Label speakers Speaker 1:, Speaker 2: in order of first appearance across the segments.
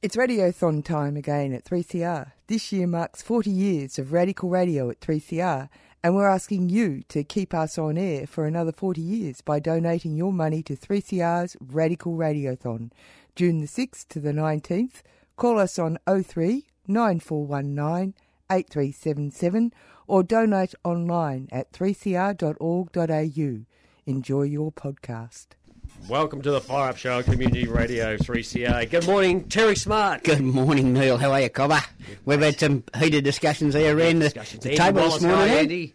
Speaker 1: It's radiothon time again at 3CR. This year marks 40 years of radical radio at 3CR, and we're asking you to keep us on air for another 40 years by donating your money to 3CR's Radical Radiothon, June the 6th to the 19th. Call us on 03 9419 8377 or donate online at 3cr.org.au. Enjoy your podcast.
Speaker 2: Welcome to the Fire Up Show, Community Radio 3CA. Good morning, Terry Smart.
Speaker 3: Good morning, Neil. How are you, Cobber? We've had some heated discussions there around the,
Speaker 2: discussions.
Speaker 3: the
Speaker 2: Andy
Speaker 3: table
Speaker 2: Wallace,
Speaker 3: this morning.
Speaker 2: hi,
Speaker 3: Andy.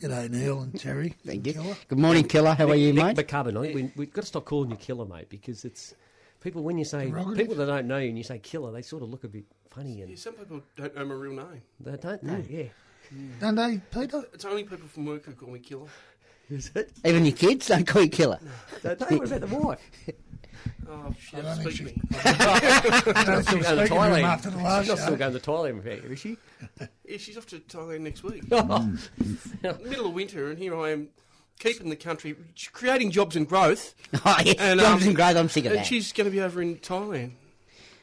Speaker 4: G'day, Neil and Terry.
Speaker 3: Thank you.
Speaker 4: Killer.
Speaker 3: Good morning, Killer. How are you,
Speaker 2: Nick
Speaker 3: mate?
Speaker 2: McCubbin. I think we, we've got to stop calling you killer, mate, because it's people when you say
Speaker 4: Derogative.
Speaker 2: people that don't know you and you say killer, they sort of look a bit funny
Speaker 5: Yeah,
Speaker 2: and
Speaker 5: some people don't know my real name.
Speaker 2: they don't know. Yeah,
Speaker 4: Don't they, Peter?
Speaker 5: It's only people from work who call me killer.
Speaker 2: is it?
Speaker 3: Even your kids don't call you Killer.
Speaker 2: Don't they? What about the wife?
Speaker 5: Oh, she
Speaker 4: I
Speaker 5: doesn't
Speaker 4: don't
Speaker 5: speak to me.
Speaker 4: think I
Speaker 2: Still going to
Speaker 4: don't feel speaking to him
Speaker 2: Thailand.
Speaker 4: after the
Speaker 2: She's
Speaker 4: last
Speaker 2: not still
Speaker 4: show.
Speaker 2: going to Thailand, is she?
Speaker 5: Yeah, she's off to Thailand next week.
Speaker 2: That's
Speaker 5: Middle of winter, and here I am keeping the country, creating jobs and growth.
Speaker 3: Oh, yeah.
Speaker 5: And,
Speaker 3: Jobs
Speaker 5: um,
Speaker 3: and growth, I'm sick of
Speaker 5: And
Speaker 3: that.
Speaker 5: she's going to be over in Thailand.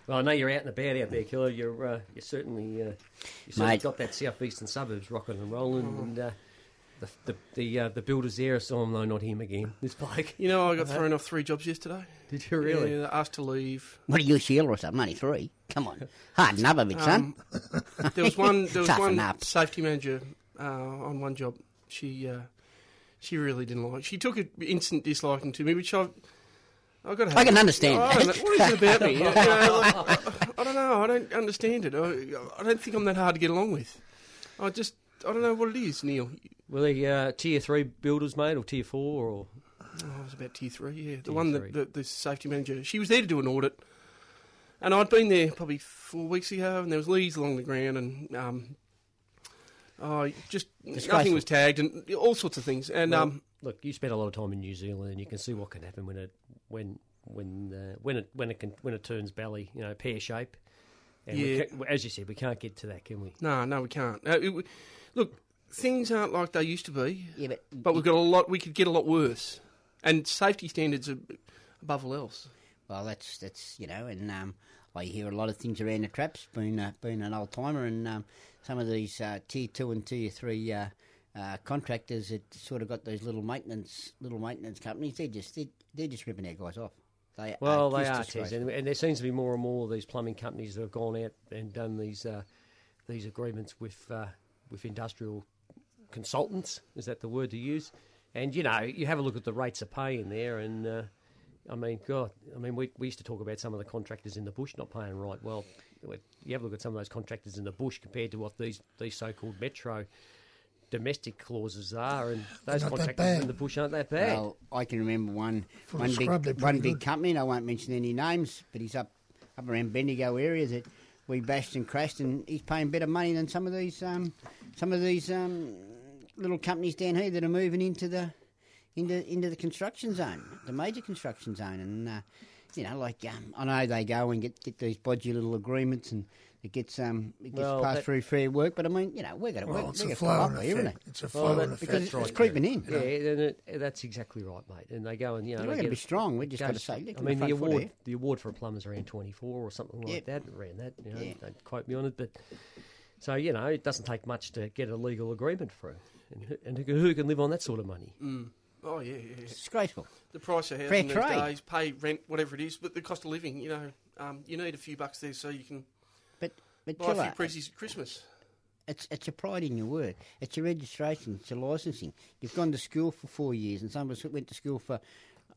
Speaker 2: Well, I know you're out and about out there, Killer. You're uh, you certainly uh, you certainly
Speaker 3: Mate.
Speaker 2: got that southeastern suburbs rocking and rolling,
Speaker 5: Mm-hmm.
Speaker 2: and uh, the the the, uh, the builders there. I saw him, though, not him again. This bloke.
Speaker 5: You know, I got
Speaker 3: Uh-huh.
Speaker 5: thrown off three jobs yesterday.
Speaker 2: Did
Speaker 3: Oh,
Speaker 2: you really?
Speaker 5: Yeah, they asked to leave.
Speaker 3: What are you, Sheila or something? Only three. Come on. Hard enough of it,
Speaker 5: Um,
Speaker 3: son.
Speaker 5: There was one. There was
Speaker 3: Toughen
Speaker 5: one
Speaker 3: up.
Speaker 5: safety manager uh, on one job. She uh, she really didn't like. She took an instant disliking to me, which I've. I got.
Speaker 3: I can understand
Speaker 5: Oh, I don't
Speaker 3: that.
Speaker 5: know. What is it about me? You know, like, I don't know. I don't understand it. I, I don't think I'm that hard to get along with. I just. I don't know what it is, Neil.
Speaker 2: Were they uh, tier three builders, mate, or tier four, or
Speaker 5: Oh, I was about tier three. Yeah, the one
Speaker 2: three.
Speaker 5: that the, the safety manager. She was there to do an audit, and I'd been there probably four weeks ago, and there was leaves along the ground, and um, I just
Speaker 3: Disgraceful.
Speaker 5: nothing was tagged, and all sorts of things. And
Speaker 2: Well,
Speaker 5: um,
Speaker 2: look, you spent a lot of time in New Zealand, and you can see what can happen when it when when uh, when it when it can, when it turns belly, you know, pear shape. And we
Speaker 5: Yeah.
Speaker 2: ca- as you said, we can't get to that, can we?
Speaker 5: no, no, we can't. Uh, it, look, things aren't like they used to be.
Speaker 3: Yeah, but,
Speaker 5: But we've got a lot. We could get a lot worse, and safety standards are above all else.
Speaker 3: Well, that's that's you know, and um, I hear a lot of things around the traps. Been uh, been an old timer, and um, some of these uh, tier two and tier three uh, uh, contractors that sort of got those little maintenance little maintenance companies. They're just they're, they're just ripping their guys off. They
Speaker 2: Well,
Speaker 3: are
Speaker 2: they
Speaker 3: just
Speaker 2: are,
Speaker 3: disgraceful.
Speaker 2: Tez, and, and there seems to be more and more of these plumbing companies that have gone out and done these uh, these agreements with uh, with industrial consultants. Is that the word to use? And you know, you have a look at the rates of pay in there, and uh, I mean, God, I mean, we, we used to talk about some of the contractors in the bush not paying right. Well, you have a look at some of those contractors in the bush compared to what these these so called metro domestic clauses are, and those
Speaker 4: Not that
Speaker 2: contractors in
Speaker 4: bad.
Speaker 2: the bush aren't that bad.
Speaker 3: Well, I can remember one
Speaker 4: a
Speaker 3: one
Speaker 4: scrub, they're
Speaker 3: big,
Speaker 4: pretty
Speaker 3: one big
Speaker 4: good.
Speaker 3: company, and I won't mention any names, but he's up up around Bendigo area that we bashed and crashed, and he's paying better money than some of these um, some of these um, little companies down here that are moving into the into into the construction zone, the major construction zone, and. Uh, you know, like um, I know they go and get, get these bodgy little agreements, and it gets um it gets
Speaker 2: Well,
Speaker 3: passed
Speaker 2: that-
Speaker 3: through fair work. But I mean, you know, we're going to
Speaker 4: Well,
Speaker 3: work.
Speaker 4: it's
Speaker 3: we're
Speaker 4: a
Speaker 3: gonna follow
Speaker 4: flow
Speaker 3: up here,
Speaker 4: effect.
Speaker 3: isn't it?
Speaker 4: It's a
Speaker 2: Well,
Speaker 4: flow
Speaker 2: Oh, that-
Speaker 4: effect.
Speaker 3: Oh, Because it's,
Speaker 4: right
Speaker 3: it's
Speaker 4: there.
Speaker 3: creeping in.
Speaker 2: Yeah, and it, that's exactly right, mate. And they go and you know they
Speaker 3: We're going to
Speaker 2: get-
Speaker 3: be strong. We've just got to
Speaker 2: goes-
Speaker 3: say, look,
Speaker 2: I
Speaker 3: in
Speaker 2: mean,
Speaker 3: the,
Speaker 2: the
Speaker 3: front foot
Speaker 2: award
Speaker 3: here.
Speaker 2: the award for a plumber's around twenty four or something like that. Around that, you know,
Speaker 3: Yeah.
Speaker 2: don't quote me on it, but so you know, it doesn't take much to get a legal agreement through, and, who- and who, who can live on that sort of money?
Speaker 3: Mm.
Speaker 5: Oh yeah, yeah. yeah.
Speaker 3: It's disgraceful.
Speaker 5: The price of
Speaker 3: Fair
Speaker 5: housing these
Speaker 3: trade.
Speaker 5: days, pay rent, whatever it is, but the cost of living. You know, um, you need a few bucks there so you can
Speaker 3: But, but
Speaker 5: buy a few
Speaker 3: killer,
Speaker 5: presents at Christmas.
Speaker 3: it's, it's a pride in your word. It's your registration. It's your licensing. You've gone to school for four years, and some of us went to school for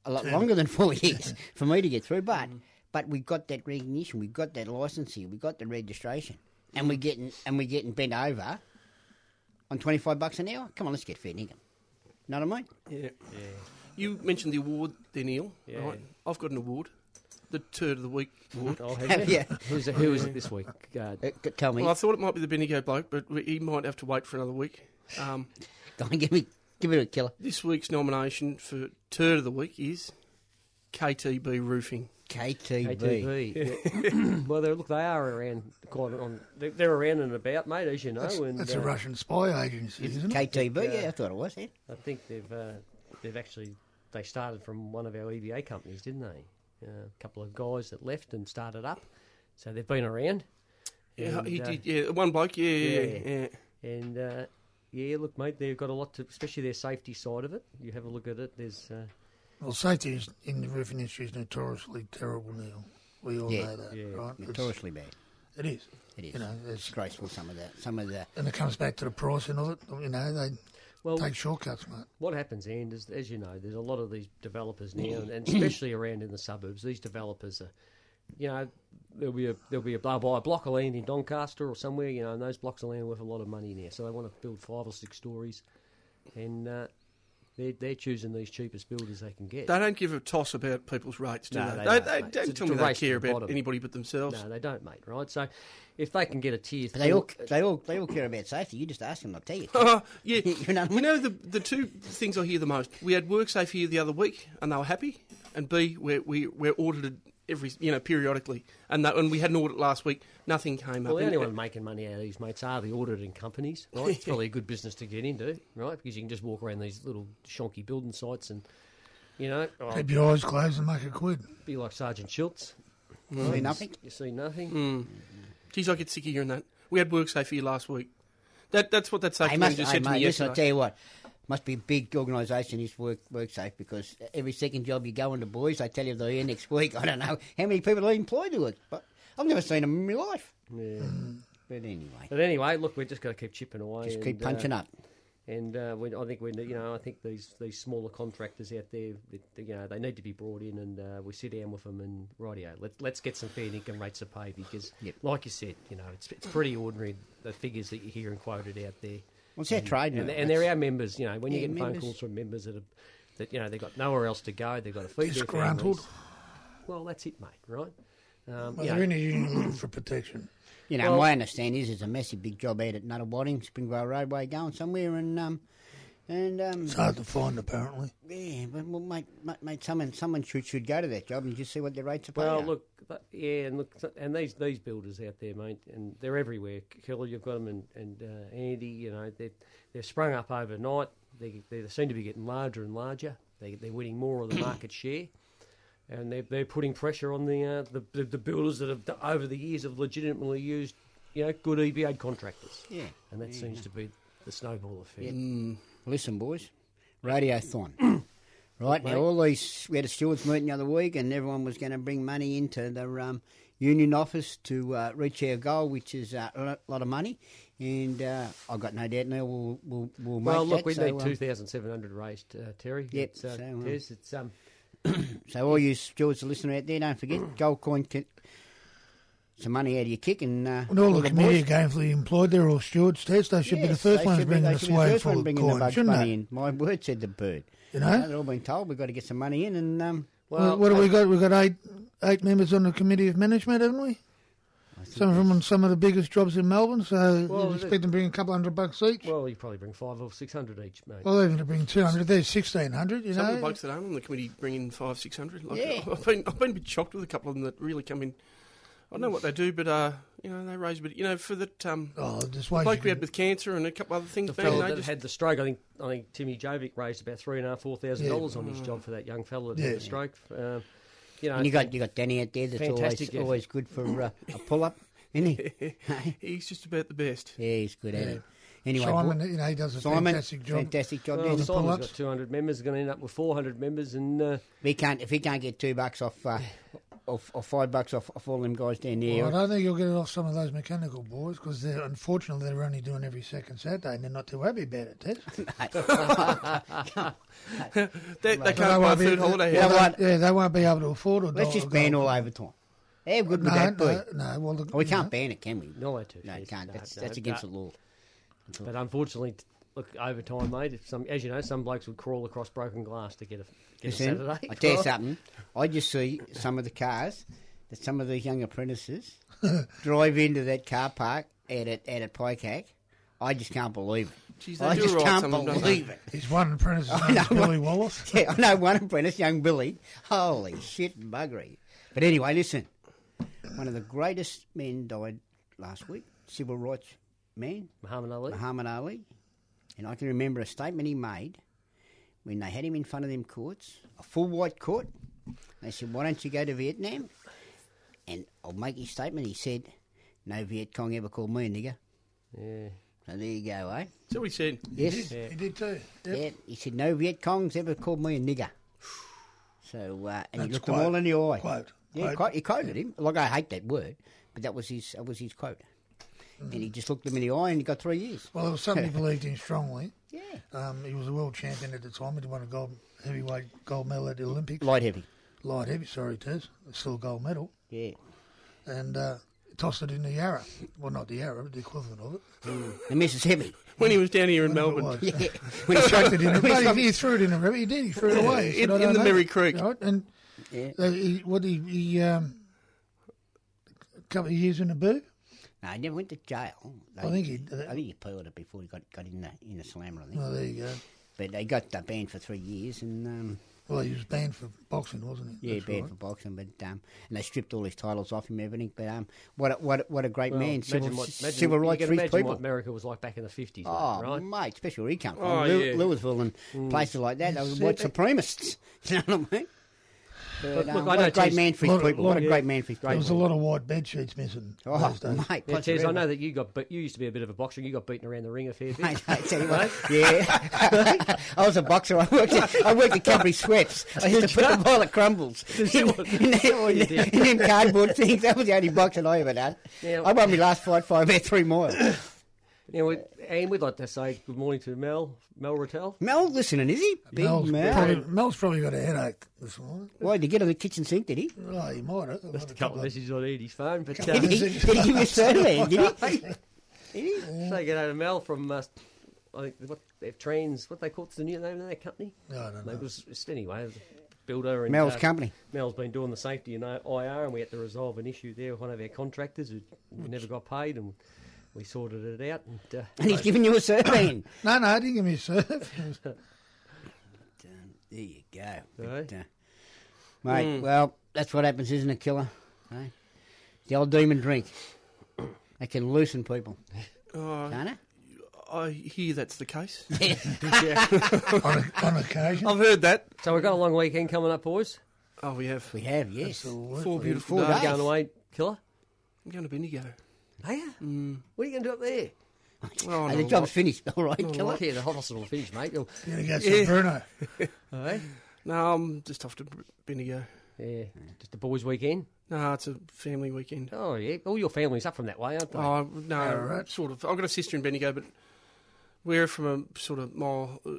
Speaker 3: a lot longer than four years for me to get through.
Speaker 4: Mm-hmm.
Speaker 3: But, but we got that recognition. We got that licensing. We got the registration, and we're getting and we're getting bent over on twenty five bucks an hour. Come on, let's get fair income. Know what I mean?
Speaker 5: Yeah. You mentioned the award there, Neil.
Speaker 2: Yeah.
Speaker 5: Right? I've got an award, the Turd of the Week award.
Speaker 2: Oh,
Speaker 3: Have
Speaker 2: you?
Speaker 3: you?
Speaker 2: Who's the, who is it this week? Uh,
Speaker 3: Uh, t- tell me.
Speaker 5: Well, I thought it might be the Bendigo bloke, but we- he might have to wait for another week. Um,
Speaker 3: Go on, give me, give it a killer.
Speaker 5: this week's nomination for Turd of the Week is KTB Roofing.
Speaker 3: KTV.
Speaker 2: ATV. E well, they're, look, they are around quite on. They're, they're around and about, mate, as you know. and
Speaker 4: That's
Speaker 2: uh,
Speaker 4: a Russian spy agency, isn't it?
Speaker 3: KTV, yeah, I thought it was. eh?
Speaker 2: I
Speaker 3: Yeah.
Speaker 2: think they've uh, they've actually they E started from one of our EBA companies, didn't they? Uh, a couple of guys that left and started up, So they've been around.
Speaker 5: Yeah, he
Speaker 2: And, uh,
Speaker 5: did. Yeah, one bloke. Yeah, yeah, yeah. yeah.
Speaker 2: And uh, yeah, look, mate, they've got a lot to, especially their safety side of it. You have a look at it. There's uh,
Speaker 4: Well, safety is, in the roofing industry is notoriously terrible, Neil. We all
Speaker 3: Yeah.
Speaker 4: know that,
Speaker 2: Yeah.
Speaker 4: right? It's-
Speaker 3: Notoriously bad.
Speaker 4: it is.
Speaker 3: It is.
Speaker 4: You know, it's,
Speaker 3: Disgraceful, some of that. Some of that.
Speaker 4: and it comes back to the pricing of it. You know, they
Speaker 2: well,
Speaker 4: take shortcuts, mate.
Speaker 2: what happens, and is, as you know, there's a lot of these developers now, and, and especially around in the suburbs. These developers are, you know, there'll be a there'll be a they'll buy a block of land in Doncaster or somewhere, you know, and those blocks of land are worth a lot of money now. So they want to build five or six stories, and uh, they're they're choosing these cheapest builders they can get.
Speaker 5: They don't give a toss about people's rates, do
Speaker 2: No, they
Speaker 5: they? They,
Speaker 2: don't,
Speaker 5: they
Speaker 2: mate.
Speaker 5: don't
Speaker 2: It's a-
Speaker 5: tell
Speaker 2: it's
Speaker 5: me
Speaker 2: a
Speaker 5: they
Speaker 2: race to
Speaker 5: care
Speaker 2: the
Speaker 5: about
Speaker 2: bottom.
Speaker 5: anybody but themselves.
Speaker 2: no, they don't, mate. Right? So, if they can get a tier,
Speaker 3: But they all,
Speaker 2: three-
Speaker 3: they all, they all care about safety. You just ask them, they'll tell you.
Speaker 5: Oh, yeah.
Speaker 3: You know what I mean?
Speaker 5: you know the the two things I hear the most. We had WorkSafe here the other week, and they were happy. And B, we're we, we're audited every you know periodically, and that, and we had an audit last week. Nothing came
Speaker 2: Well,
Speaker 5: up.
Speaker 2: the
Speaker 5: And-
Speaker 2: only one making money out of these mates are the auditing companies, right? It's probably a good business to get into, right? Because you can just walk around these little shonky building sites and, you know, oh,
Speaker 4: Keep your eyes closed and make a quid.
Speaker 2: be like Sergeant Schultz. Mm.
Speaker 3: See nothing.
Speaker 2: You see nothing.
Speaker 5: Geez, I get sick of hearing that. We had WorkSafe here last week. That that's what that safety
Speaker 3: I must,
Speaker 5: manager
Speaker 3: I
Speaker 5: said to me
Speaker 3: must, listen, I'll
Speaker 5: yesterday.
Speaker 3: tell you what. Must be a big organisation, this work, work safe, because every second job you go into, boys, they tell you they're here next week. I don't know how many people are employed to it, but I've never seen them in my life.
Speaker 2: Yeah.
Speaker 3: But anyway,
Speaker 2: But anyway, look, we're just going to keep chipping away.
Speaker 3: just
Speaker 2: and,
Speaker 3: keep punching
Speaker 2: uh,
Speaker 3: up.
Speaker 2: And uh, we, I think we, you know, I think these these smaller contractors out there, that, you know, they need to be brought in, and uh, we sit down with them and rightio, let's let's get some fair income rates of pay because,
Speaker 3: Yep.
Speaker 2: like you said, you know, it's it's pretty ordinary the figures that you hear and quoted out there.
Speaker 3: Well, it's our trade
Speaker 2: and,
Speaker 3: now.
Speaker 2: and they're our members. You know, when
Speaker 3: Yeah,
Speaker 2: you get phone
Speaker 3: members.
Speaker 2: calls from members that are, that you know they've got nowhere else to go, they've got to feed their
Speaker 4: Disgruntled.
Speaker 2: families. Well, that's it, mate. Right? Um, you
Speaker 4: Well,
Speaker 2: know,
Speaker 4: they're in a union looking for protection.
Speaker 3: You know,
Speaker 2: Well-
Speaker 3: my understanding is it's a massive big job out at Nutter Wadding, Springvale Roadway, going somewhere, and um, and um,
Speaker 4: It's hard to find, apparently.
Speaker 3: yeah, but well, mate, mate, mate, someone, someone should should go to that job and just see what their rates are.
Speaker 2: well,
Speaker 3: paid.
Speaker 2: look, but, yeah, and look, so- and these these builders out there, mate, and they're everywhere. Kelly, you've got them, and and uh, Andy, you know, they they've sprung up overnight. They they seem to be getting larger and larger. They they're winning more of the market share. and they're, they're putting pressure on the, uh, the, the the builders that have d- over the years have legitimately used you know good EBA contractors.
Speaker 3: Yeah.
Speaker 2: and that seems to be the snowball effect.
Speaker 3: Yeah. Mm, Listen, boys, radiothon. right
Speaker 2: mate.
Speaker 3: now, all these we had a stewards meeting the other week, and everyone was going to bring money into the um, union office to uh, reach our goal, which is uh, a lo- lot of money. And uh, I've got no doubt now we'll we'll, we'll
Speaker 2: Well,
Speaker 3: make
Speaker 2: look,
Speaker 3: that.
Speaker 2: we
Speaker 3: so,
Speaker 2: need
Speaker 3: um,
Speaker 2: two thousand seven hundred raised, uh, Terry.
Speaker 3: Yep,
Speaker 2: it's, uh,
Speaker 3: so, um,
Speaker 2: Tez, it's um,
Speaker 3: So all you stewards listening out there, don't forget gold coin. Can, some money out of your kick and, uh,
Speaker 4: And all
Speaker 3: all
Speaker 4: the committee are gainfully employed, they're all stewards, Tess. They should be the
Speaker 3: Yes,
Speaker 4: first
Speaker 3: they
Speaker 4: ones
Speaker 3: should be-
Speaker 4: bringing
Speaker 3: they
Speaker 4: the
Speaker 3: should be
Speaker 4: swag
Speaker 3: first one
Speaker 4: full of
Speaker 3: bringing the
Speaker 4: coin,
Speaker 3: bugs
Speaker 4: shouldn't
Speaker 3: money
Speaker 4: they?
Speaker 3: in. My word, said the bird.
Speaker 4: You know?
Speaker 3: they're all been told we've got to get some money in, and um,
Speaker 4: Well,
Speaker 2: well,
Speaker 4: what have we got? We've got eight eight members on the committee of management, haven't we? Some of them on some of the biggest jobs in Melbourne, so
Speaker 2: Well,
Speaker 4: you'd
Speaker 2: the-
Speaker 4: expect them to bring a couple hundred bucks each. Well,
Speaker 2: well, you probably bring five or six hundred each, mate.
Speaker 4: even to bring two hundred, there's sixteen hundred. You
Speaker 5: Some of the
Speaker 4: know,
Speaker 5: blokes that aren't on the committee bring in five, six hundred. Like,
Speaker 3: Yeah.
Speaker 5: I've been, I've been a bit shocked with a couple of them that really come in. I don't know what they do, but uh, you know, they raise a bit. You know, for that um,
Speaker 4: oh, just wait.
Speaker 5: bloke we had with cancer and a couple other things,
Speaker 2: the
Speaker 5: man,
Speaker 2: fellow
Speaker 5: they
Speaker 2: that
Speaker 5: just
Speaker 2: had the stroke, I think, I think Timmy Jovic raised about three and a half, four thousand dollars on his job for that young fellow that had
Speaker 4: Yeah.
Speaker 2: the stroke. Um, you know,
Speaker 3: And you got you got Danny out there that's
Speaker 2: Fantastic
Speaker 3: always
Speaker 2: effort.
Speaker 3: always good for uh, a pull up, isn't he?
Speaker 5: he's just about the best.
Speaker 3: Yeah, he's good at it. Anyway,
Speaker 4: Simon,
Speaker 3: boy-
Speaker 4: you know, he does a
Speaker 3: Simon,
Speaker 4: fantastic job. Oh.
Speaker 3: fantastic job.
Speaker 2: well,
Speaker 3: doesn't he?
Speaker 2: Simon's
Speaker 4: pull-ups.
Speaker 2: got two hundred members, going to end up with four hundred members, and uh,
Speaker 3: We can't if he can't get two bucks off, uh, off or five bucks off, off all them guys down there.
Speaker 4: Well, I don't think you'll get it off some of those mechanical boys because they're unfortunately they're only doing every second Saturday and they're not too happy about it. Tess.
Speaker 5: They,
Speaker 4: They
Speaker 5: they can't buy a
Speaker 4: won't be-
Speaker 5: third holiday.
Speaker 4: Yeah,
Speaker 5: house.
Speaker 3: You know
Speaker 4: they-
Speaker 3: what?
Speaker 4: yeah, they won't be able to afford it.
Speaker 3: Let's just ban all overtime. How good
Speaker 4: No,
Speaker 3: would that be?
Speaker 4: no, no. Well, the,
Speaker 3: Oh, we can't ban it, can we?
Speaker 2: no, I do.
Speaker 3: No, you
Speaker 2: Yes,
Speaker 3: can't.
Speaker 2: no,
Speaker 3: That's
Speaker 2: no,
Speaker 3: that's against
Speaker 2: but-
Speaker 3: the law.
Speaker 2: But unfortunately, t- look over time, mate. If some, as you know, some blokes would crawl across broken glass to get a get a
Speaker 3: Listen,
Speaker 2: Saturday.
Speaker 3: I tell you something. I just see some of the cars that some of these young apprentices drive into that car park at at, at a pike hack. I just can't believe it.
Speaker 5: Jeez, they
Speaker 3: I
Speaker 5: do
Speaker 3: just
Speaker 5: right,
Speaker 3: can't
Speaker 5: some of them, don't
Speaker 3: believe it.
Speaker 4: His one apprentice is
Speaker 3: know.
Speaker 4: Billy Wallace.
Speaker 3: Yeah, I know one apprentice, young Billy. Holy shit, and buggery. But anyway, listen. One of the greatest men died last week, civil rights man,
Speaker 2: Muhammad Ali.
Speaker 3: Muhammad Ali. And I can remember a statement he made when they had him in front of them courts, a full white court. They said, Why don't you go to Vietnam? And I'll make his statement. He said, "No Viet Cong ever called me a nigger."
Speaker 2: Yeah.
Speaker 3: So there you go, eh?
Speaker 5: So he said,
Speaker 3: Yes.
Speaker 4: He did too. Yep.
Speaker 3: Yeah. He said, "No Viet Cong's ever called me a nigger." So uh, and he
Speaker 4: That's
Speaker 3: looked
Speaker 4: quote.
Speaker 3: them all in the eye.
Speaker 4: Quote.
Speaker 3: Yeah,
Speaker 4: Quote.
Speaker 3: quote, he quoted him. Like I hate that word, but that was his that was his quote. And he just looked them in the eye and he got three years.
Speaker 4: Mm. Well, it was something he believed in strongly.
Speaker 3: Yeah.
Speaker 4: Um, he was a world champion at the time. He won a gold heavyweight gold medal at the Olympics.
Speaker 3: Light heavy.
Speaker 4: Light heavy, sorry, Tez. Still a gold medal.
Speaker 3: Yeah.
Speaker 4: And uh, tossed it in the Yarra. Well, not the Yarra, but the equivalent of it.
Speaker 3: The missus heavy.
Speaker 5: when he was down here in Melbourne,
Speaker 4: It was.
Speaker 3: Yeah. When he shot
Speaker 4: chucked it in the bloody- he threw it in the river. He did. He threw it away. He
Speaker 5: In-
Speaker 4: "I
Speaker 5: in
Speaker 4: don't
Speaker 5: the
Speaker 4: know."
Speaker 5: Merri Creek.
Speaker 4: Right, And
Speaker 3: Yeah.
Speaker 4: uh, he, what he, he um, a couple of years in the boot.
Speaker 3: No, he never went to jail. They,
Speaker 4: I think he- uh,
Speaker 3: I think he appealed it before he got, got in the in the slammer, I think.
Speaker 4: Well, there you go.
Speaker 3: But they got uh, banned for three years, and um,
Speaker 4: Well, he was banned for boxing, wasn't he?
Speaker 3: yeah,
Speaker 4: That's
Speaker 3: banned
Speaker 4: right.
Speaker 3: for boxing. But um, and they stripped all his titles off him, and everything. But um, what a, what a, what a great
Speaker 2: Well,
Speaker 3: man! Civil,
Speaker 2: imagine what, imagine,
Speaker 3: civil
Speaker 2: you
Speaker 3: rights
Speaker 2: can
Speaker 3: for his
Speaker 2: imagine
Speaker 3: people.
Speaker 2: what America was like back in the 50s,
Speaker 3: Oh,
Speaker 2: right? Mm.
Speaker 3: mate, especially where he come from,
Speaker 5: Oh,
Speaker 3: Lew-
Speaker 5: yeah.
Speaker 3: Louisville and places like that. They were white supremacists. You know what I mean? But,
Speaker 2: Look,
Speaker 3: um,
Speaker 2: look, I
Speaker 3: what
Speaker 2: know
Speaker 3: a great
Speaker 2: Tez-
Speaker 3: man for his
Speaker 4: Lot of-
Speaker 3: people.
Speaker 4: lot
Speaker 3: What a
Speaker 4: of-
Speaker 3: great man for his
Speaker 2: Great
Speaker 4: There was a
Speaker 3: people.
Speaker 4: lot of white bed sheets missing.
Speaker 3: Oh,
Speaker 4: those days.
Speaker 3: mate,
Speaker 2: Yeah,
Speaker 3: that's
Speaker 2: Tez, I
Speaker 3: really-
Speaker 2: know that you got, but you used to be a bit of a boxer. and You got beaten around the ring a fair bit.
Speaker 3: Mate, I tell you what, yeah. I was a boxer. I worked. At, I worked at Cadbury Sweps. I used to put the ball at crumbles in, in, in, in cardboard things. That was the only boxing I ever done.
Speaker 2: Yeah.
Speaker 3: I won my last fight by about three miles.
Speaker 2: Now, we, and we'd like to say good morning to Mel, Mel Rattel.
Speaker 3: Mel, listening, is he? Big
Speaker 4: Mel's,
Speaker 3: Mel.
Speaker 4: Probably, Mel's probably got a headache this morning.
Speaker 3: Why did he get on the kitchen sink? Did he?
Speaker 4: Well, he might have.
Speaker 2: Just a couple of messages on Edie's phone, but uh,
Speaker 3: Did he, did he give his surname? Did he? Did he?
Speaker 2: say good day to Mel from, uh, I think, what, they've trans, what they call it's the new name of that company?
Speaker 4: No, I don't
Speaker 2: It
Speaker 4: know.
Speaker 2: was, it's anyway, the builder and
Speaker 3: Uh-huh. Mel's
Speaker 2: uh,
Speaker 3: company.
Speaker 2: Mel's been doing the safety and IR, and we had to resolve an issue there with one of our contractors who never got paid, and we sorted it out. And uh,
Speaker 3: And he's giving you a surname.
Speaker 4: No, no, I didn't give me a serve.
Speaker 3: Um, there you go.
Speaker 2: Aye.
Speaker 3: But, uh, mate, well, that's what happens, isn't it, killer? Eh? The old demon drink. It can loosen people,
Speaker 5: oh,
Speaker 3: can't it?
Speaker 5: I hear that's the case.
Speaker 4: on, on occasion.
Speaker 5: I've heard that.
Speaker 2: so we've got a long weekend coming up, boys.
Speaker 5: Oh, we have
Speaker 3: We have, yes.
Speaker 5: four beautiful
Speaker 3: Four
Speaker 5: days.
Speaker 3: days.
Speaker 2: Going away, killer.
Speaker 5: I'm going to Bendigo.
Speaker 2: Are you?
Speaker 3: Mm.
Speaker 2: What are you going to do up there?
Speaker 5: Oh,
Speaker 3: Hey,
Speaker 5: no,
Speaker 3: the job's finished, all right,
Speaker 2: Well,
Speaker 3: killer?
Speaker 2: look here, the hospital will finish, mate. You'll,
Speaker 4: You're going to get some Bruno.
Speaker 2: Hey?
Speaker 5: no, I'm just off to B- Bendigo.
Speaker 2: Yeah, just a boys' weekend.
Speaker 5: No, it's a family weekend.
Speaker 2: Oh yeah, all your family's up from that way, aren't they?
Speaker 5: Oh no,
Speaker 4: Alright.
Speaker 5: sort of. I've got a sister in Bendigo, but we're from a sort of more uh,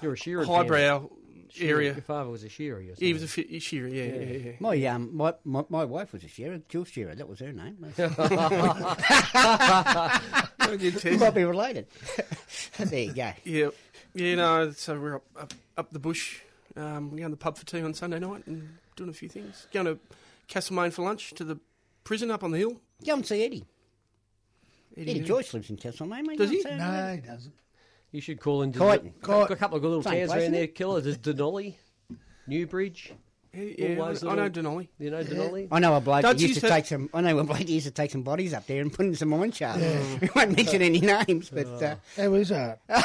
Speaker 2: You're a shearer.
Speaker 5: highbrow
Speaker 2: family.
Speaker 5: area.
Speaker 2: Your father was a shearer. Or
Speaker 5: He was a fi- shearer, yeah, yeah, yeah. yeah.
Speaker 3: My, um, my, my, my wife was a shearer, Jill Shearer, that was her name. we might be related. there you go.
Speaker 5: Yeah, yeah. No, so we're up up, up the bush. Um, we go to the pub for tea on Sunday night and doing a few things. Going to Castlemaine for lunch to the prison up on the hill.
Speaker 3: Go and see Eddie.
Speaker 5: Eddie
Speaker 3: Eddie
Speaker 5: Murray.
Speaker 3: Joyce lives in Castlemaine, mate.
Speaker 5: Does
Speaker 3: Go and
Speaker 5: he?
Speaker 3: see him.
Speaker 4: No, he doesn't.
Speaker 2: You should call into
Speaker 3: Cotton.
Speaker 2: the,
Speaker 4: Cotton.
Speaker 2: a couple of good little
Speaker 3: Same
Speaker 2: towns
Speaker 3: place,
Speaker 2: around
Speaker 3: isn't
Speaker 2: there.
Speaker 3: it?
Speaker 2: Killer, there's Denolly, Newbridge.
Speaker 5: Yeah, yeah,
Speaker 2: Always
Speaker 5: I, I know
Speaker 2: little-
Speaker 5: Denali.
Speaker 2: You know Denolly.
Speaker 3: I know a bloke
Speaker 5: Don't
Speaker 3: that used
Speaker 5: you
Speaker 3: to
Speaker 5: say-
Speaker 3: take some. I know a bloke that used to take some bodies up there and put in some mine shafts. We won't mention any names, but uh,
Speaker 4: How is that?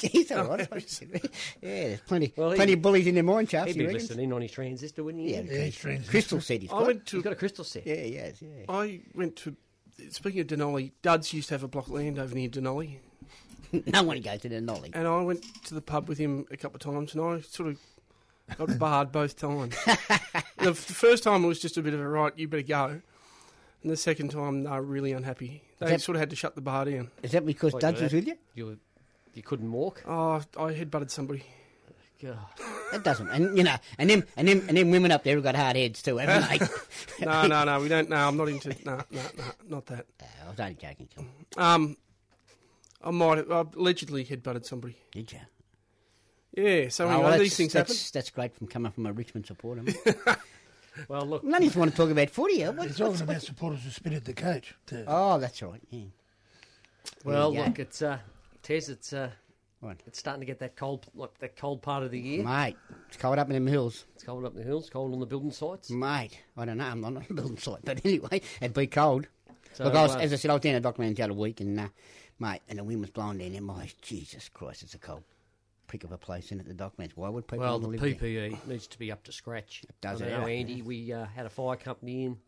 Speaker 3: he's all right. yeah, there's plenty,
Speaker 2: Well, he-
Speaker 3: plenty of bullies in their mine shafts.
Speaker 2: He'd
Speaker 3: you
Speaker 2: be
Speaker 3: reckon?
Speaker 2: listening on his transistor, wouldn't he?
Speaker 3: Yeah,
Speaker 4: Yeah, he's strange.
Speaker 3: Crystal said he's
Speaker 5: I
Speaker 3: got.
Speaker 5: went
Speaker 2: He's got
Speaker 5: to.
Speaker 2: a crystal set.
Speaker 3: Yeah, yes, yeah.
Speaker 5: I went to. Speaking of Denali, Duds used to have a block of land over near Denali,
Speaker 3: no one goes to the nolly.
Speaker 5: and I went to the pub with him a couple of times, and I sort of got barred both times. the, f- the first time it was just a bit of a right, you better go, and the second time they were really unhappy. They
Speaker 3: That-
Speaker 5: sort of had to shut the bar down.
Speaker 3: Is that because
Speaker 2: Like
Speaker 3: Dud's
Speaker 2: that.
Speaker 3: was with you?
Speaker 2: You were- you couldn't walk.
Speaker 5: Oh, I headbutted somebody.
Speaker 2: God.
Speaker 3: That doesn't. And you know, and them, and them, and them women up there have got hard heads too, haven't they?
Speaker 5: No, no, no, we don't. No, I'm not into. No, no, no, not that.
Speaker 3: I was only joking. Tom.
Speaker 5: Um, I might have I allegedly headbutted somebody.
Speaker 3: Did you?
Speaker 5: Yeah, so
Speaker 3: Oh,
Speaker 5: anyway,
Speaker 3: well, that's-
Speaker 5: these things happen.
Speaker 3: that's, that's great from coming from a Richmond supporter.
Speaker 2: Well, look.
Speaker 3: None of you want to talk about footy. huh? What,
Speaker 4: He's talking about supporters who spit at the coach. too.
Speaker 3: Oh, that's all right. Yeah.
Speaker 2: Well,
Speaker 3: you go.
Speaker 2: look. It's uh, Tez. It's uh,
Speaker 3: What?
Speaker 2: it's starting to get that cold, like that cold part of the year.
Speaker 3: Mate, it's cold up in them hills.
Speaker 2: It's cold up in the hills. Cold on the building sites.
Speaker 4: Mm.
Speaker 3: Mate, I don't know. I'm not on a building site, but anyway, it'd be cold.
Speaker 2: So,
Speaker 3: Look, I was,
Speaker 2: uh,
Speaker 3: as I said, I was down at Docklands the other week, and uh, mate, and the wind was blowing down there. My Jesus Christ, it's a cold prick of a place in at the Docklands. Why would people
Speaker 2: Well,
Speaker 3: want
Speaker 2: the E
Speaker 3: to live there?
Speaker 2: PPE needs to be up to scratch.
Speaker 3: does,
Speaker 2: I
Speaker 3: it
Speaker 2: know,
Speaker 3: does.
Speaker 2: Andy, we uh, had a fire company in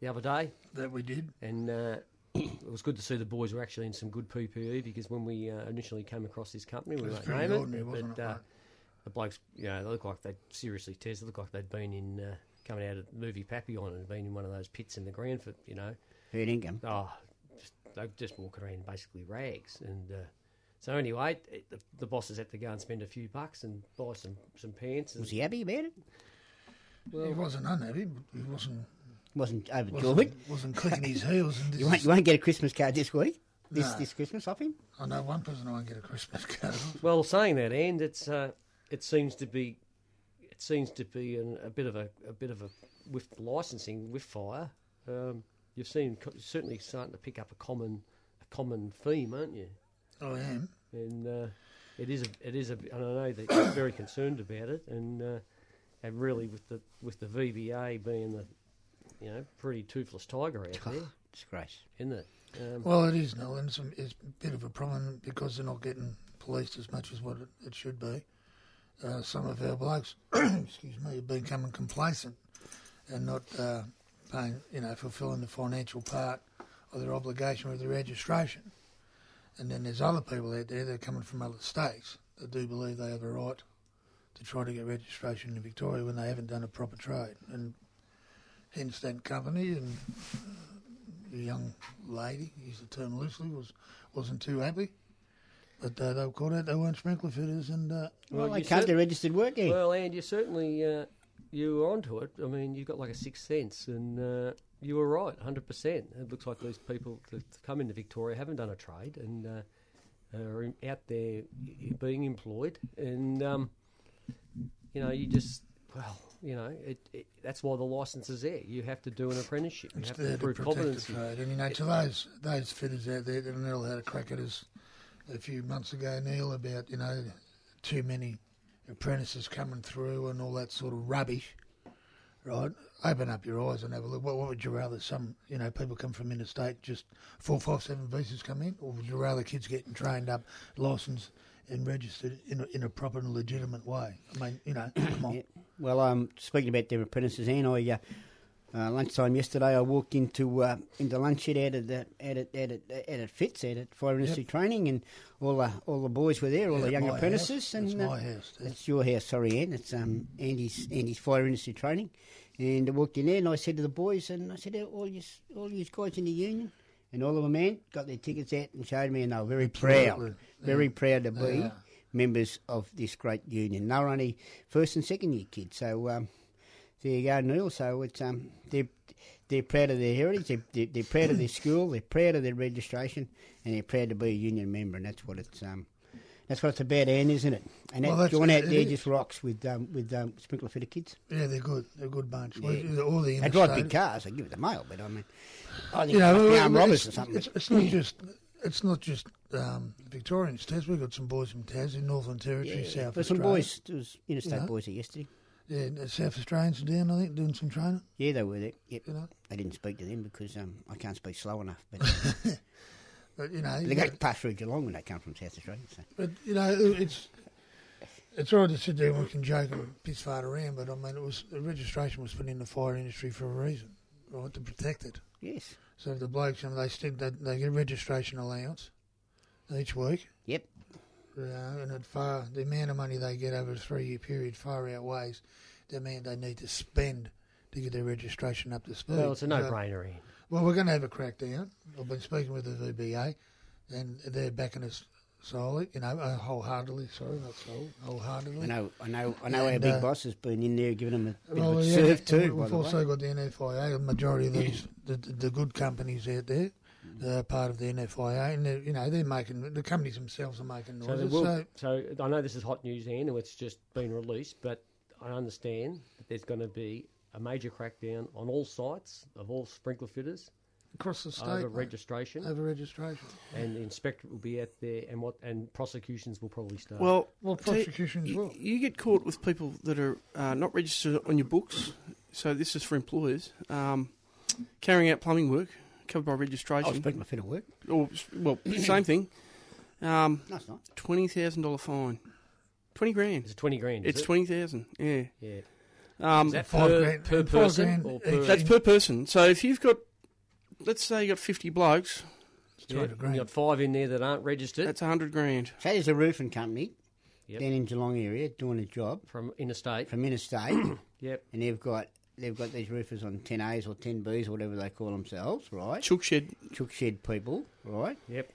Speaker 2: the other day,
Speaker 4: That we did.
Speaker 2: and uh, it was good to see the boys were actually in some good PPE because when we uh, initially came across this company, we
Speaker 4: It was
Speaker 2: won't
Speaker 4: pretty
Speaker 2: name it,
Speaker 4: ordinary, wasn't
Speaker 2: but,
Speaker 4: it,
Speaker 2: uh,
Speaker 4: mate?
Speaker 2: the blokes, you know, they look like they seriously tears. They look like they'd been in uh, coming out of the movie Papillon and been in one of those pits in the Granford, you know.
Speaker 3: Herd income.
Speaker 2: Oh, just, they're just walking around in basically rags. And uh, so anyway, it, the, the bosses had to go and spend a few bucks and buy some some pants. And,
Speaker 3: Was he happy about it?
Speaker 4: he wasn't unhappy, but he wasn't
Speaker 3: Wasn't overjoyed.
Speaker 4: wasn't, wasn't clicking his heels. And this
Speaker 3: You won't,
Speaker 4: is-
Speaker 3: you won't get a Christmas card this week. This
Speaker 4: No.
Speaker 3: this Christmas off him.
Speaker 4: I know one person I won't get a Christmas card. off.
Speaker 2: Well, saying that, and it's uh, it seems to be it seems to be an, a bit of a, a bit of a with licensing with fire. Um, you've seen co- certainly starting to pick up a common a common theme, aren't you?
Speaker 4: I am.
Speaker 2: And uh, it is a, it is a, and I know that you're very concerned about it, and uh, and really with the with the VBA being the you know pretty toothless tiger out there,
Speaker 3: Disgrace.
Speaker 2: isn't it? Um,
Speaker 4: Well, it is, Noel, and it's a, it's a bit of a problem because they're not getting policed as much as what it, it should be. Uh, some of our blokes, excuse me, have become complacent and not uh, paying, you know, fulfilling the financial part of their obligation with the registration. And then there's other people out there that are coming from other states that do believe they have a right to try to get registration in Victoria when they haven't done a proper trade. And hence that company and uh, the young lady, use the term loosely, was wasn't too happy. But uh, they were caught out. They weren't sprinkler fitters, and uh,
Speaker 3: Well, they
Speaker 2: you
Speaker 3: can't
Speaker 2: said-
Speaker 3: do registered work here.
Speaker 2: Well, and you certainly uh, you were onto it. I mean, you got like a sixth sense, and uh, you were right, hundred percent. It looks like these people that come into Victoria haven't done a trade and uh, are in- out there i- being employed, and um, you know, you just well. You know, it, it, that's why the license is there. You have to do an apprenticeship. You
Speaker 4: it's
Speaker 2: have
Speaker 4: there
Speaker 2: to
Speaker 4: to
Speaker 2: prove
Speaker 4: protect the
Speaker 2: competency.
Speaker 4: trade. And you know, to those those fitters out there, that Neil had a crack at us a few months ago, Neil, about you know too many apprentices coming through and all that sort of rubbish. Right, open up your eyes and have a look. What, what would you rather? Some you know people come from interstate, just four, five, seven visas come in, or would you rather kids getting trained up, licensed, and registered in a, in a proper and legitimate way? I mean, you know, come on.
Speaker 3: Yeah. Well, um, speaking about their apprentices, and I, uh, uh, lunchtime yesterday, I walked into uh, into lunch at out at the out at out at, out at Fitz out at Fire Industry Training, and all uh, all the boys were there, all the
Speaker 4: Yeah,
Speaker 3: young
Speaker 4: my house.
Speaker 3: apprentices, and
Speaker 4: That's
Speaker 3: uh,
Speaker 4: my house, that's-
Speaker 3: that's your house, sorry, Ann. It's um, Andy's Andy's Fire Industry Training, and I walked in there, and I said to the boys, and I said, all you all you guys in the union. And all of them, man, got their tickets out and showed me, and they were very
Speaker 4: Absolutely.
Speaker 3: proud, very proud to
Speaker 4: They
Speaker 3: be
Speaker 4: are.
Speaker 3: members of this great union. They're only first and second year kids, so um, there you go, Neil. So it's um, they're they're proud of their heritage, they're, they're, they're proud of their school, they're proud of their registration, and they're proud to be a union member, and that's what it's um, that's what it's about, Anne, isn't it? And
Speaker 4: Well,
Speaker 3: that
Speaker 4: that's-
Speaker 3: joint out
Speaker 4: it
Speaker 3: there
Speaker 4: is.
Speaker 3: just rocks with um, with um, sprinkler fitter kids.
Speaker 4: Yeah, they're good. They're a good bunch.
Speaker 3: Yeah.
Speaker 4: We- All the
Speaker 3: They drive
Speaker 4: interstate-
Speaker 3: big cars. They give it the mail, but I mean, I think
Speaker 4: you know,
Speaker 3: like
Speaker 4: we-
Speaker 3: armed
Speaker 4: we-
Speaker 3: robbers
Speaker 4: it's,
Speaker 3: or something.
Speaker 4: It's, it's not just it's not just um, Victorians, Taz. We've got some boys from Taz in Northern
Speaker 3: yeah,
Speaker 4: Territory, South
Speaker 3: there's some
Speaker 4: Australia.
Speaker 3: boys. There was interstate
Speaker 4: You know.
Speaker 3: boys there yesterday.
Speaker 4: Yeah, and South Australians are down, I think, doing some training.
Speaker 3: Yeah, they were there. Yep.
Speaker 4: You know,
Speaker 3: I didn't speak to them because um, I can't speak slow enough. But
Speaker 4: but you know,
Speaker 3: they go past through Geelong when they come from South Australia. So.
Speaker 4: but you know, it- it's it's all right to sit there and we can joke and piss fart around, but I mean, it was the registration was put in the fire industry for a reason, right, to protect it.
Speaker 3: Yes.
Speaker 4: So if the blokes, you know, they still they, they get a registration allowance each week.
Speaker 3: Yep.
Speaker 4: you know, and it far the amount of money they get over a three year period far outweighs the amount they need to spend to get their registration up to speed.
Speaker 2: Well, it's a
Speaker 4: So-
Speaker 2: no-brainer. Ian.
Speaker 4: well, we're going to have a crackdown. I've been speaking with the VBA, and they're backing us solely, you know, uh, wholeheartedly. Sorry, not solely,
Speaker 3: I
Speaker 4: wholeheartedly.
Speaker 3: know. I know. I know. our
Speaker 4: And,
Speaker 3: big
Speaker 4: uh,
Speaker 3: boss has been in there giving them a bit
Speaker 4: Well,
Speaker 3: of a
Speaker 4: yeah,
Speaker 3: serve too. By
Speaker 4: We've
Speaker 3: the way.
Speaker 4: also got the NFIA. The majority of these, the, the, the good companies out there,
Speaker 3: Mm-hmm.
Speaker 4: are part of the NFIA, and they're, you know they're making the companies themselves are making
Speaker 2: So, there
Speaker 4: noises.
Speaker 2: will, so I know this is hot news, Ian, and it's just been released, but I understand that there's going to be a major crackdown on all sites of all sprinkler fitters
Speaker 4: across the state,
Speaker 2: over
Speaker 4: mate.
Speaker 2: registration,
Speaker 4: over registration.
Speaker 2: and the inspector will be out there, and what and prosecutions will probably start.
Speaker 5: Well,
Speaker 4: Well,
Speaker 5: tell you-
Speaker 4: prosecutions
Speaker 5: you,
Speaker 4: will.
Speaker 5: you get caught with people that are uh, not registered on your books. So this is for employers um, carrying out plumbing work covered by
Speaker 3: I'll
Speaker 5: registration.
Speaker 3: speak my fit of work.
Speaker 5: or well, same thing. Um,
Speaker 3: No, it's not.
Speaker 5: twenty thousand dollar fine, twenty grand.
Speaker 2: It's twenty grand. is
Speaker 5: It's
Speaker 2: it?
Speaker 5: twenty thousand. Yeah.
Speaker 2: Yeah.
Speaker 5: Um,
Speaker 2: Is that
Speaker 4: Five
Speaker 2: per,
Speaker 4: grand-
Speaker 2: per
Speaker 4: and five
Speaker 2: person
Speaker 4: grand
Speaker 2: or
Speaker 4: each.
Speaker 2: per?
Speaker 5: that's per person. So if you've got, let's say you have got fifty blokes,
Speaker 2: yeah,
Speaker 4: Two grand.
Speaker 2: You got five in there that aren't registered
Speaker 5: that's hundred grand.
Speaker 3: Say there's a roofing company
Speaker 2: Yep.
Speaker 3: down in Geelong area doing a job
Speaker 2: from interstate.
Speaker 3: from interstate, and
Speaker 2: Yep.
Speaker 3: they've got they've got these roofers on ten A's or ten B's or whatever they call themselves, right?
Speaker 5: Chook shed.
Speaker 3: Chook shed people, right?
Speaker 2: Yep.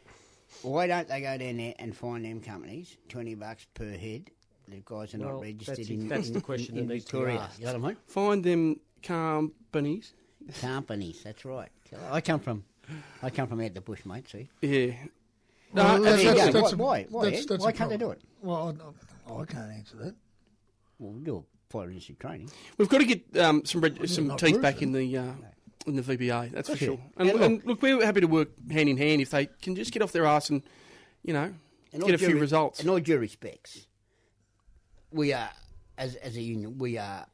Speaker 3: Why don't they go down there and find them companies twenty bucks per head? The guys are
Speaker 2: Well,
Speaker 3: not registered
Speaker 2: that's-
Speaker 3: in
Speaker 2: that's the
Speaker 3: in-
Speaker 2: question
Speaker 3: in
Speaker 2: that needs to be
Speaker 3: Victoria.
Speaker 2: asked.
Speaker 3: You know what I mean?
Speaker 5: Find them companies.
Speaker 3: Companies, that's right. I come from, I come from out the bush, mate. See,
Speaker 5: Yeah. Uh,
Speaker 4: Well,
Speaker 5: No,
Speaker 3: that's-
Speaker 5: there you
Speaker 3: that's-
Speaker 5: go.
Speaker 3: Why- why- why, Ed? Why
Speaker 4: a
Speaker 3: can't they
Speaker 4: problem.
Speaker 3: do
Speaker 4: Well, I- I, I can't answer that.
Speaker 3: well, we do a fire industry training.
Speaker 5: We've got to get um, some reg- some
Speaker 4: not
Speaker 5: teeth
Speaker 4: rude,
Speaker 5: back in the uh, in the VBA. That's for
Speaker 3: Okay.
Speaker 5: sure. And,
Speaker 3: And
Speaker 5: and, look, we're happy to work hand in hand if they can just get off their ass and you know
Speaker 3: And all
Speaker 5: get a few
Speaker 3: due re-
Speaker 5: results.
Speaker 3: In all due respects, we are as as a union, we are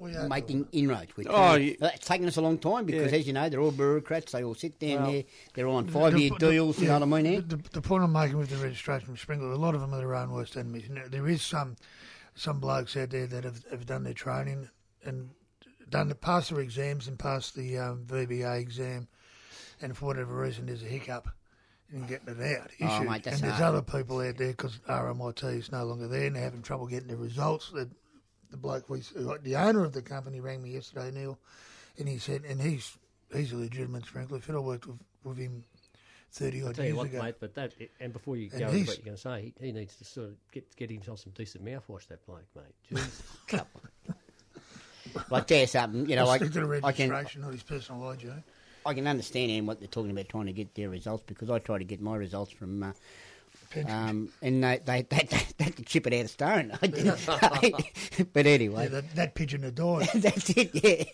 Speaker 4: We are
Speaker 3: making inroads. We're
Speaker 5: Oh,
Speaker 3: trying-
Speaker 5: you-
Speaker 3: Uh, it's taken us a long time because,
Speaker 5: Yeah.
Speaker 3: as you know, they're all bureaucrats. They all sit down
Speaker 2: Well,
Speaker 3: there. They're on five year
Speaker 4: The- the-
Speaker 3: deals. you know what I mean? eh?
Speaker 4: yeah,
Speaker 3: Ed?
Speaker 4: The, the, the point I'm making with the registration of Sprinkler, a lot of them are their own worst enemies. You know, there is some some blokes out there that have, have done their training and done the, passed their exams and passed the um, VBA exam, and for whatever reason, there's a hiccup in getting it out.
Speaker 3: Oh,
Speaker 4: issued.
Speaker 3: mate, that's
Speaker 4: and there's
Speaker 3: hard.
Speaker 4: other people out there because RMIT is no longer there and they're having trouble getting the results. That the bloke we, the owner of the company, rang me yesterday, Neil, and he said, and he's he's a legitimate sprinkler fit. I worked with, with him thirty odd
Speaker 2: Tell you
Speaker 4: years
Speaker 2: what,
Speaker 4: ago.
Speaker 2: mate, but that and before you
Speaker 4: And
Speaker 2: go into
Speaker 4: he's-
Speaker 2: what you're going to say, he, he needs to sort of get get himself some decent mouthwash. That bloke, mate. Jeez.
Speaker 3: Like tell you something, you know, I,
Speaker 4: Stick to the
Speaker 3: I can
Speaker 4: registration, not his personal hygiene.
Speaker 3: I can understand Ian, what they're talking about trying to get their results because I try to get my results from. Uh, um, and they they, they, they they had to chip it out of stone. I did. but anyway,
Speaker 4: Yeah, that, that pigeon had died.
Speaker 3: that's it.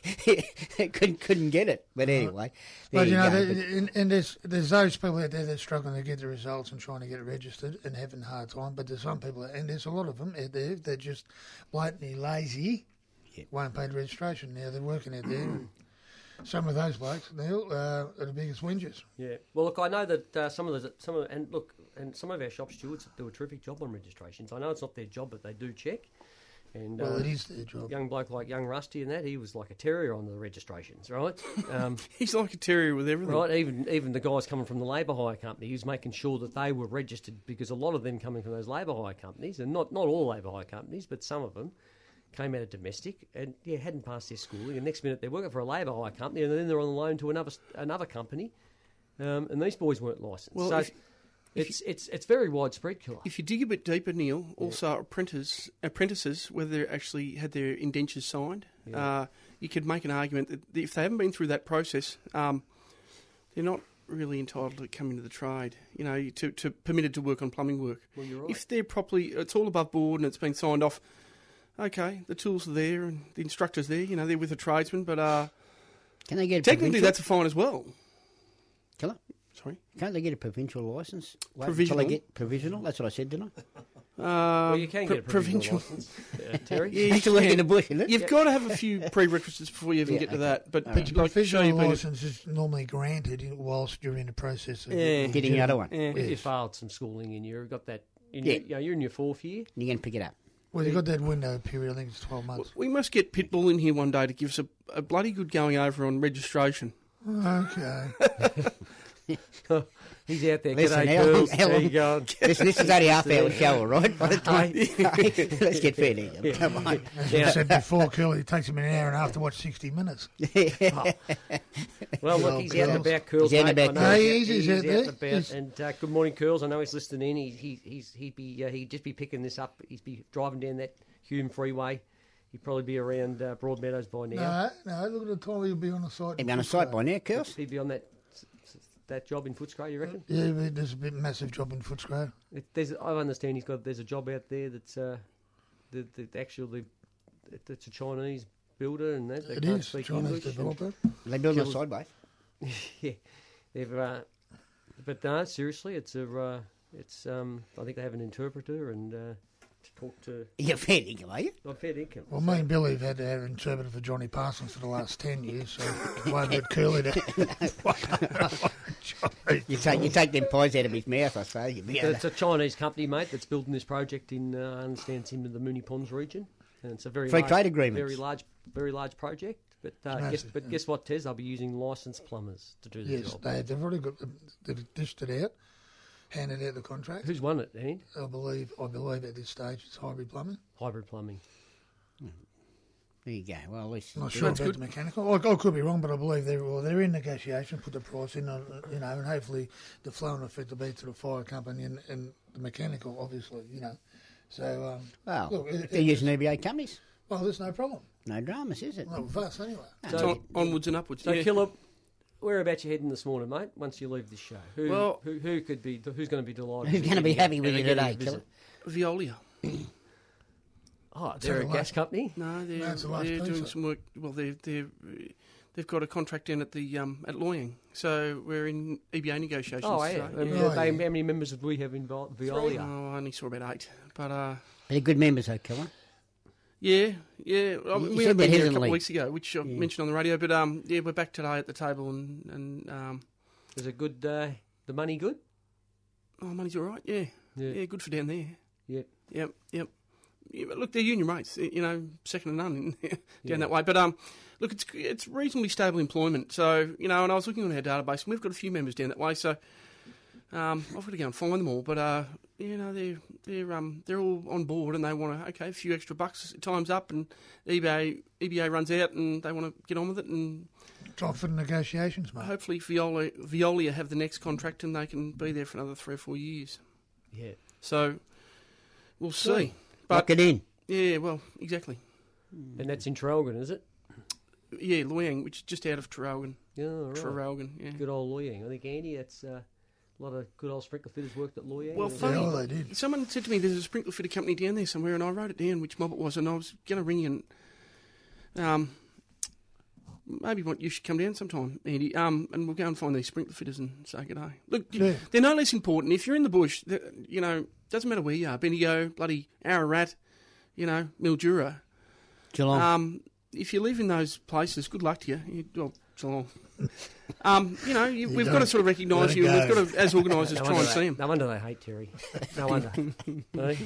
Speaker 3: Yeah, couldn't couldn't get it. But
Speaker 5: Uh-huh.
Speaker 3: anyway, there
Speaker 4: But you
Speaker 3: you
Speaker 4: know,
Speaker 3: go.
Speaker 4: there,
Speaker 3: But-
Speaker 4: and, and there's there's those people out there that are struggling to get the results and trying to get it registered and having a hard time. But there's some people, and there's a lot of them out there that are just blatantly lazy,
Speaker 3: Yeah.
Speaker 4: won't pay the registration. Now they're working out there. some of those blokes, Neil, uh, are the biggest whingers.
Speaker 2: yeah. Well, look, I know that uh, some of the some of and look and some of our shop stewards do a terrific job on registrations. I know it's not their job, but they do check. And
Speaker 4: Well,
Speaker 2: uh,
Speaker 4: it is their job.
Speaker 2: young bloke like young Rusty and that he was like a terrier on the registrations, right? Um,
Speaker 5: He's like a terrier with everything.
Speaker 2: Right, even even the guys coming from the labour hire company, he was making sure that they were registered because a lot of them coming from those labour hire companies, and not, not all labour hire companies, but some of them, came out of domestic and yeah hadn't passed their schooling, and next minute they're working for a labour hire company, and then they're on loan to another s- another company, um, and these boys weren't licensed.
Speaker 5: Well,
Speaker 2: so
Speaker 5: if-
Speaker 2: it's it's it's very widespread, killer.
Speaker 5: If you dig a bit deeper, Neil, also apprentices, apprentices, whether they actually had their indentures signed, uh, you could make an argument that if they haven't been through that process, um, they're not really entitled to come into the trade. You know, to, to permitted to work on plumbing work.
Speaker 2: Well, you're right.
Speaker 5: If they're properly, it's all above board and it's been signed off. Okay, the tools are there and the instructors there. You know, they're with a tradesman, but uh,
Speaker 3: can they get a
Speaker 5: technically
Speaker 3: provincial-
Speaker 5: that's a fine as well.
Speaker 3: Can I-
Speaker 5: Sorry,
Speaker 3: Can't they get a provincial license? Wait
Speaker 5: Provisional.
Speaker 3: Until they get provisional. That's what I said, didn't I?
Speaker 2: well, you can
Speaker 5: um, pro-
Speaker 2: get a provincial,
Speaker 5: provincial.
Speaker 2: license, uh, Terry.
Speaker 5: Yeah,
Speaker 3: It's a work in the bush, isn't it?
Speaker 5: You've got to have a few prerequisites before you even
Speaker 3: Yeah,
Speaker 5: get to
Speaker 3: okay.
Speaker 5: that. But,
Speaker 3: All
Speaker 5: but
Speaker 4: But
Speaker 5: like, show
Speaker 4: professional
Speaker 5: you've been.
Speaker 4: license is normally granted in- whilst you're in the process of
Speaker 5: Yeah.
Speaker 3: Getting the other one.
Speaker 5: Yeah.
Speaker 2: If you failed some schooling in year, got that. In
Speaker 3: Yeah.
Speaker 2: your, you know, you're in your fourth year.
Speaker 3: You can pick it up.
Speaker 4: Well, you've got that window period. I think it's twelve months.
Speaker 5: We must get Pitbull in here one day to give us a, a bloody good going over on registration.
Speaker 4: Okay.
Speaker 2: He's out there.
Speaker 3: Listen,
Speaker 2: G'day,
Speaker 3: how long-
Speaker 2: girls.
Speaker 3: how
Speaker 2: How you
Speaker 3: long-
Speaker 2: going?
Speaker 3: This, this is only half hour show, all right? By the time, let's get fair now. Come on.
Speaker 4: As we said before, Curly, it takes him an hour and a half to watch sixty minutes.
Speaker 2: Well,
Speaker 4: Well,
Speaker 2: look, he's out and
Speaker 4: Curls.
Speaker 2: about, Curls.
Speaker 3: He's out and
Speaker 2: mate.
Speaker 3: about,
Speaker 2: I know
Speaker 4: Curls. Yeah, he's- he's out there.
Speaker 2: and about.
Speaker 4: He's-
Speaker 2: And uh, good morning, Curls. I know he's listening in. He, he, he's, he'd be uh, he'd just be picking this up. He'd be driving down that Hume Freeway. He'd probably be around uh, Broadmeadows by now.
Speaker 4: No, no. Look at the time he'll be on the site.
Speaker 3: You've been on a site by now, Kels.
Speaker 2: He'd be on that s- s- that job in Footscray. You reckon?
Speaker 4: Yeah, but there's a bit massive job in Footscray.
Speaker 2: It, there's, I understand he's got there's a job out there that's uh, the, the actually it's a Chinese builder and that they
Speaker 4: It
Speaker 2: can't
Speaker 4: is
Speaker 2: speak
Speaker 4: Chinese
Speaker 2: English. and-
Speaker 4: developer.
Speaker 3: They build on a
Speaker 2: Kels.
Speaker 3: sideways.
Speaker 2: yeah, they've. Uh, but no, seriously, it's a. Uh, it's. Um, I think they have an interpreter and uh, to talk to.
Speaker 3: You're fair dinkum, are you?
Speaker 2: Not fair income.
Speaker 4: Well, me and Billy have had to have an interpreter for Johnny Parsons for the last ten years, so it won't get curly to.
Speaker 3: You take, you take them pies out of his mouth, I say. You be
Speaker 2: It's a Chinese company, mate, that's building this project in. Uh, I understand it's in the Mooney Ponds region. and it's a very
Speaker 3: Free
Speaker 2: large,
Speaker 3: trade agreements.
Speaker 2: very large, very large project. But uh, guess,
Speaker 4: massive,
Speaker 2: but
Speaker 4: yeah.
Speaker 2: guess what, Tez? They'll be using licensed plumbers to do the
Speaker 4: Yes,
Speaker 2: job.
Speaker 4: they, they've already got they've dished it out, handed out the contract.
Speaker 2: Who's won it, Ian?
Speaker 4: I believe I believe at this stage it's hybrid plumbing.
Speaker 2: Hybrid plumbing.
Speaker 3: There you go. Well, at least
Speaker 4: I'm not
Speaker 3: it's
Speaker 4: sure
Speaker 5: That's
Speaker 4: about
Speaker 5: good.
Speaker 4: the mechanical. I, I could be wrong, but I believe they're well, they're in negotiation, put the price in, uh, you know, and hopefully the flow and effect will be to the fire company and, and the mechanical, obviously, you know. So, um,
Speaker 3: Well,
Speaker 4: look, it-
Speaker 3: if they're
Speaker 4: it-
Speaker 3: using EBA companies,
Speaker 4: well, there's no problem.
Speaker 3: no dramas, is it?
Speaker 4: Not with us, anyway.
Speaker 5: It's on, onwards and upwards.
Speaker 2: So,
Speaker 5: yeah.
Speaker 2: Killer, whereabouts you heading this morning, mate? Once you leave this show, who
Speaker 5: Well-
Speaker 2: who, who could be who's going to be delighted?
Speaker 3: Who's
Speaker 2: with
Speaker 3: going to
Speaker 2: you
Speaker 3: be
Speaker 2: and-
Speaker 3: happy with
Speaker 2: and
Speaker 3: you
Speaker 2: getting a
Speaker 3: today,
Speaker 2: visit?
Speaker 3: Killer?
Speaker 5: Veolia.
Speaker 2: Oh, they're a
Speaker 4: Something
Speaker 2: gas
Speaker 4: like-
Speaker 2: company.
Speaker 5: No, they're,
Speaker 4: No, it's the last
Speaker 5: they're
Speaker 4: piece
Speaker 5: doing
Speaker 4: of it.
Speaker 5: some work. Well, they're, they're, they've got a contract in at the um, at Loyang, so we're in EBA negotiations.
Speaker 2: Oh, yeah.
Speaker 5: today.
Speaker 2: And
Speaker 4: Yeah.
Speaker 2: how-
Speaker 4: Right.
Speaker 2: How many members did we have in Vi-
Speaker 5: Oh,
Speaker 2: Veolia?
Speaker 5: I only saw about eight, but uh,
Speaker 3: They're good members, though, Killer.
Speaker 5: yeah, yeah. Well,
Speaker 3: You
Speaker 5: we
Speaker 3: said that
Speaker 5: had been here a couple
Speaker 3: hesitantly.
Speaker 5: of weeks ago, which I mentioned on the radio. But um, yeah, we're back today at the table, and and um,
Speaker 2: Is it good? Uh, the money good?
Speaker 5: oh, money's all right. Yeah,
Speaker 2: Yeah.
Speaker 5: yeah, good for down there.
Speaker 2: Yeah.
Speaker 5: Yep, yep. Yeah, but look, they're union rates, you know, second to none in, down
Speaker 2: Yeah.
Speaker 5: that way. But um, look, it's it's reasonably stable employment. So you know, and I was looking on our database, and we've got a few members down that way. So um, I've got to go and find them all. But uh, you know, they're they're um they're all on board, and they want to okay, a few extra bucks. Time's up, and eBay EBA runs out, and they want to get on with it, and
Speaker 4: Time for the negotiations, mate.
Speaker 5: hopefully Viola Viola have the next contract, and they can be there for another three or four years.
Speaker 2: Yeah.
Speaker 5: So we'll see.
Speaker 3: Lock
Speaker 5: But
Speaker 3: it in.
Speaker 5: yeah, well, exactly.
Speaker 2: And that's in Traralgon, is it?
Speaker 5: Yeah, Luang, which is just out of Traralgon.
Speaker 2: Yeah, all right.
Speaker 5: Traralgon, yeah.
Speaker 2: Oh, Good old Loyang. I think, Andy, that's uh, a lot of good old sprinkler fitters worked at Loyang.
Speaker 5: Well,
Speaker 2: Is it-
Speaker 5: funny.
Speaker 4: Yeah, they did.
Speaker 5: Someone said to me, "There's a sprinkler fitter company down there somewhere," and I wrote it down which mob it was, and I was going to ring you and um, maybe what you should come down sometime, Andy, um, and we'll go and find these sprinkler fitters and say good day. Look,
Speaker 4: Yeah.
Speaker 5: they're no less important. If you're in the bush, th- you know, doesn't matter where you are, Bendigo, bloody Ararat, you know, Mildura.
Speaker 3: Geelong.
Speaker 5: Um, if you live in those places, good luck to you. you well, Geelong. Um, you know, you, we've got to
Speaker 4: don't.
Speaker 5: sort of recognise
Speaker 4: Let it
Speaker 5: you, and we've
Speaker 4: go.
Speaker 5: got to, as organisers,
Speaker 2: No
Speaker 5: try and
Speaker 2: wonder,
Speaker 5: see
Speaker 2: they,
Speaker 5: them.
Speaker 2: no wonder they hate Terry. No wonder. no, they,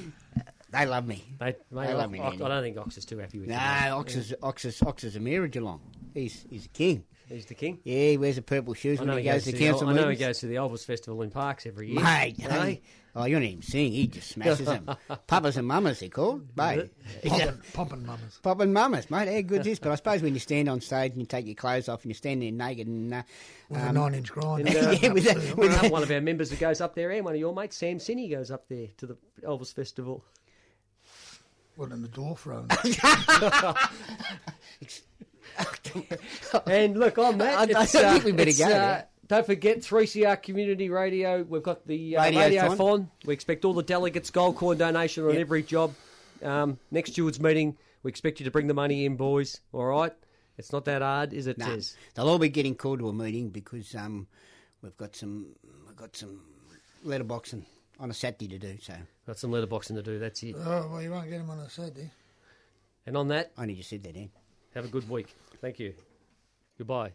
Speaker 3: they love me.
Speaker 2: mate,
Speaker 3: They love me,
Speaker 2: I, I
Speaker 3: Andy.
Speaker 2: don't think Ox is too happy with
Speaker 3: No,
Speaker 2: him.
Speaker 3: Ox is, Ox, is, Ox is a mirror, Geelong. He's, he's a king.
Speaker 2: He's the king.
Speaker 3: Yeah, he wears the purple shoes
Speaker 2: I
Speaker 3: when
Speaker 2: know,
Speaker 3: he goes to
Speaker 2: the, Al-
Speaker 3: council
Speaker 2: I know he
Speaker 3: meetings.
Speaker 2: goes to the Elvis Festival in Parks every year.
Speaker 3: Mate,
Speaker 2: Eh?
Speaker 3: hey. Oh, you don't even sing. He just smashes them. Papas and mamas, they're called. Mate.
Speaker 4: Popping, popping mamas.
Speaker 3: Popping mamas, mate. How good's this? But I suppose when you stand on stage and you take your clothes off and you stand there naked and... Uh,
Speaker 4: With a nine inch grind.
Speaker 2: and, uh,
Speaker 3: yeah, with that, with
Speaker 2: Another
Speaker 3: that,
Speaker 2: one of our members who goes up there, and one of your mates, Sam Sinney, goes up there to the Elvis Festival.
Speaker 4: What in the dwarf room?
Speaker 2: And look, on
Speaker 3: I- I
Speaker 2: that, it's,
Speaker 3: don't
Speaker 2: uh,
Speaker 3: think we better
Speaker 2: it's,
Speaker 3: go
Speaker 2: uh,
Speaker 3: there.
Speaker 2: don't forget 3CR Community Radio. We've got the uh,
Speaker 3: Radiothon.
Speaker 2: Radiothon. We expect all the delegates, gold coin donation on every job. Um, next stewards meeting, we expect you to bring the money in, boys. All right? It's not that hard, is it,
Speaker 3: Nah,
Speaker 2: Tiz?
Speaker 3: they'll all be getting called to a meeting because um, we've got some we've got some letterboxing on a Saturday to do. So
Speaker 2: Got some letterboxing to do. That's it.
Speaker 4: oh, well, you won't get them on a Saturday.
Speaker 2: And on that,
Speaker 3: I only just said that in.
Speaker 2: have a good week. Thank you. Goodbye.